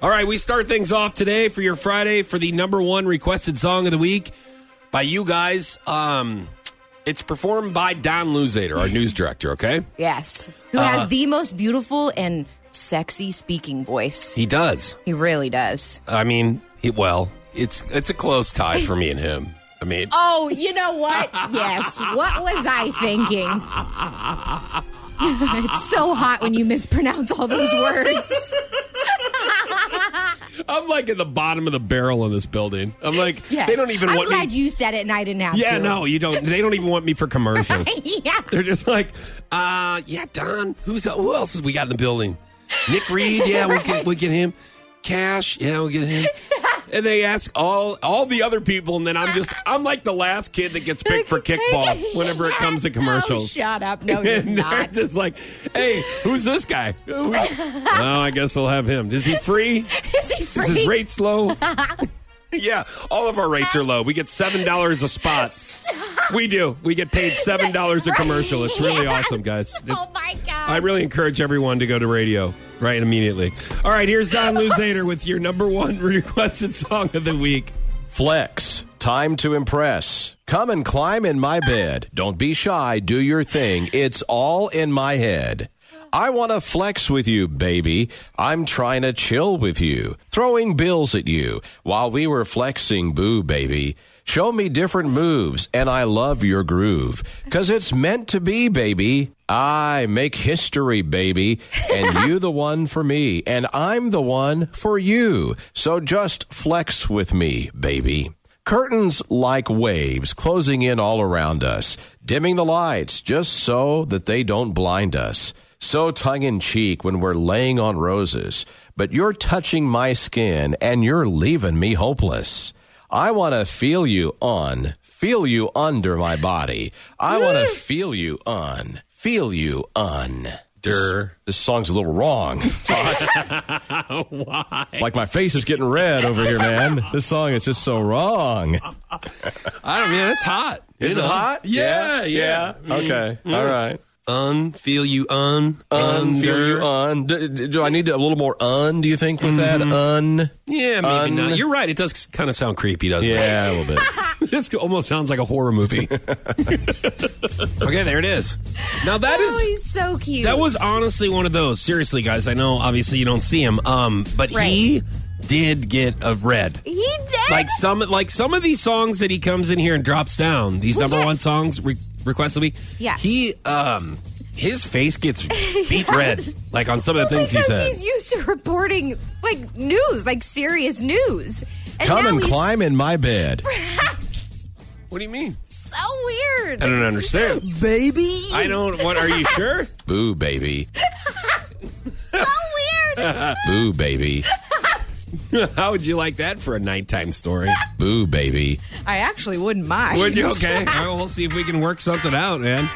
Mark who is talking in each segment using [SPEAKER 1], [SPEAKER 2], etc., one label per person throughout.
[SPEAKER 1] All right, we start things off today for your Friday for the number one requested song of the week by you guys. Um, it's performed by Don Luzader, our news director, okay?
[SPEAKER 2] Yes. Who
[SPEAKER 1] Uh-huh.
[SPEAKER 2] has the most beautiful and sexy speaking voice.
[SPEAKER 1] He does.
[SPEAKER 2] He really does.
[SPEAKER 1] I mean, he, well, it's it's a close tie for me and him. I mean,
[SPEAKER 2] Oh, you know what? Yes. What was I thinking? it's so hot when you mispronounce all those words.
[SPEAKER 1] I'm like at the bottom of the barrel on this building. I'm like,
[SPEAKER 2] Yes.
[SPEAKER 1] they don't even
[SPEAKER 2] I'm
[SPEAKER 1] want
[SPEAKER 2] glad
[SPEAKER 1] me.
[SPEAKER 2] you said it and I didn't have
[SPEAKER 1] yeah,
[SPEAKER 2] to.
[SPEAKER 1] no, you don't. They don't even want me for commercials.
[SPEAKER 2] yeah.
[SPEAKER 1] They're just like, uh, yeah, Don. Who's who else has we got in the building? Nick Reed. Yeah, we get we get him. Cash. Yeah, we get him. And they ask all all the other people, and then I'm just I'm like the last kid that gets picked for kickball whenever it comes to
[SPEAKER 2] Oh,
[SPEAKER 1] commercials.
[SPEAKER 2] shut up. No, you're
[SPEAKER 1] and they're
[SPEAKER 2] not.
[SPEAKER 1] just like, hey, who's this guy? oh, I guess we'll have him. Is he free?
[SPEAKER 2] Is he free?
[SPEAKER 1] Is his rates low? yeah, all of our rates are low. We get seven dollars a spot. We do. We get paid seven dollars a commercial. It's really
[SPEAKER 2] Yes.
[SPEAKER 1] awesome, guys.
[SPEAKER 2] Oh, my God.
[SPEAKER 1] I really encourage everyone to go to radio right immediately. All right, here's Don Luzader with your number one requested song of the week.
[SPEAKER 3] Flex. Time to impress. Come and climb in my bed. Don't be shy. Do your thing. It's all in my head. I want to flex with you, baby. I'm trying to chill with you, throwing bills at you while we were flexing, boo, baby. Show me different moves, and I love your groove. Cause it's meant to be, baby. I make history, baby. And you the one for me, and I'm the one for you. So just flex with me, baby. Curtains like waves closing in all around us, dimming the lights just so that they don't blind us. So tongue in cheek when we're laying on roses, but you're touching my skin and you're leaving me hopeless. I want to feel you on, feel you under my body. I want to feel you on, feel you on. This,
[SPEAKER 1] Durr.
[SPEAKER 3] this song's a little wrong. Why? Like my face is getting red over here, man. This song is just so wrong.
[SPEAKER 1] I don't mean it's hot.
[SPEAKER 3] Is
[SPEAKER 1] You
[SPEAKER 3] it
[SPEAKER 1] know?
[SPEAKER 3] hot?
[SPEAKER 1] Yeah, yeah.
[SPEAKER 3] Okay. All right.
[SPEAKER 1] Un, feel you un,
[SPEAKER 3] Un, feel
[SPEAKER 1] under.
[SPEAKER 3] you un. D- d- do I need a little more un, do you think, with that?
[SPEAKER 2] Mm-hmm.
[SPEAKER 3] Un.
[SPEAKER 1] Yeah, maybe
[SPEAKER 3] Un.
[SPEAKER 1] not. You're right. It does kind of sound creepy, doesn't it?
[SPEAKER 3] Yeah, a little bit.
[SPEAKER 1] This almost sounds like a horror movie. okay, there it is. Now that
[SPEAKER 2] Oh,
[SPEAKER 1] is
[SPEAKER 2] he's so cute.
[SPEAKER 1] that was honestly one of those. Seriously, guys, I know obviously you don't see him, um, but he did get a red.
[SPEAKER 2] He did.
[SPEAKER 1] Like some like some of these songs that he comes in here and drops down these
[SPEAKER 2] Well,
[SPEAKER 1] number
[SPEAKER 2] yeah.
[SPEAKER 1] one songs re- request of the week.
[SPEAKER 2] Yeah.
[SPEAKER 1] he um his face gets beat red like on some of the
[SPEAKER 2] Well,
[SPEAKER 1] things he
[SPEAKER 2] because
[SPEAKER 1] said.
[SPEAKER 2] Oh He's used to reporting like news, like serious news. And
[SPEAKER 3] Come
[SPEAKER 2] now
[SPEAKER 3] and
[SPEAKER 2] he's
[SPEAKER 3] climb in my bed.
[SPEAKER 1] what do you mean?
[SPEAKER 2] so weird.
[SPEAKER 1] I don't understand.
[SPEAKER 2] Baby.
[SPEAKER 1] I don't. What are you sure?
[SPEAKER 3] Boo, baby.
[SPEAKER 2] so weird.
[SPEAKER 3] Boo, baby.
[SPEAKER 1] How would you like that for a nighttime story?
[SPEAKER 3] Boo, baby.
[SPEAKER 2] I actually wouldn't mind.
[SPEAKER 1] Would you? Okay. All right, we'll see if we can work something out, man.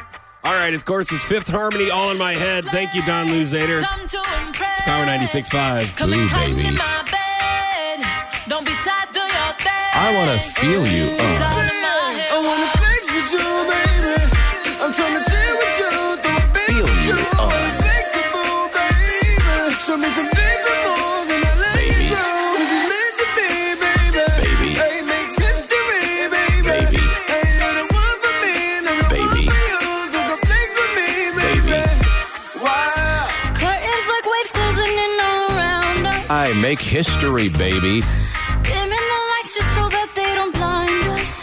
[SPEAKER 1] All right, of course, it's Fifth Harmony All in My Head. Thank you, Don Luzader.
[SPEAKER 4] It's
[SPEAKER 1] Power 96.5.
[SPEAKER 4] Come
[SPEAKER 3] Ooh,
[SPEAKER 4] and climb
[SPEAKER 3] baby.
[SPEAKER 4] in my bed. Don't be shy, do your thing.
[SPEAKER 3] I want to feel you uh.
[SPEAKER 4] It's
[SPEAKER 3] un.
[SPEAKER 4] all in my head.
[SPEAKER 5] I wanna flex with you, baby. I'm tryna chill with you, throw a feel with you. I'm flexible, baby. Show me some different moves, and I let you
[SPEAKER 3] Baby.
[SPEAKER 5] go. 'Cause it's meant to be, baby.
[SPEAKER 3] Baby.
[SPEAKER 5] Hey, make history, baby.
[SPEAKER 3] Baby.
[SPEAKER 5] Ain't no the one for me, no the one
[SPEAKER 3] Baby.
[SPEAKER 5] for you. So come flex with me, baby.
[SPEAKER 3] Baby.
[SPEAKER 5] Wow.
[SPEAKER 4] Curtains like waves closing in all around us.
[SPEAKER 3] I make history, baby.
[SPEAKER 4] Dimming the lights just so that they don't blind us.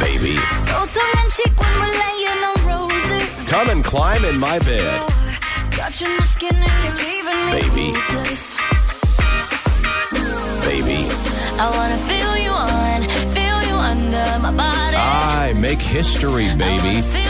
[SPEAKER 3] Baby.
[SPEAKER 4] So tongue in cheek when we're laying on roses. Oh,
[SPEAKER 3] Come and climb in my bed.
[SPEAKER 4] Touching my skin and you're leaving me
[SPEAKER 3] Baby.
[SPEAKER 4] hopeless.
[SPEAKER 3] Baby.
[SPEAKER 4] I wanna feel you on, feel you under my body.
[SPEAKER 3] I make history,
[SPEAKER 4] I wanna
[SPEAKER 3] baby.
[SPEAKER 4] feel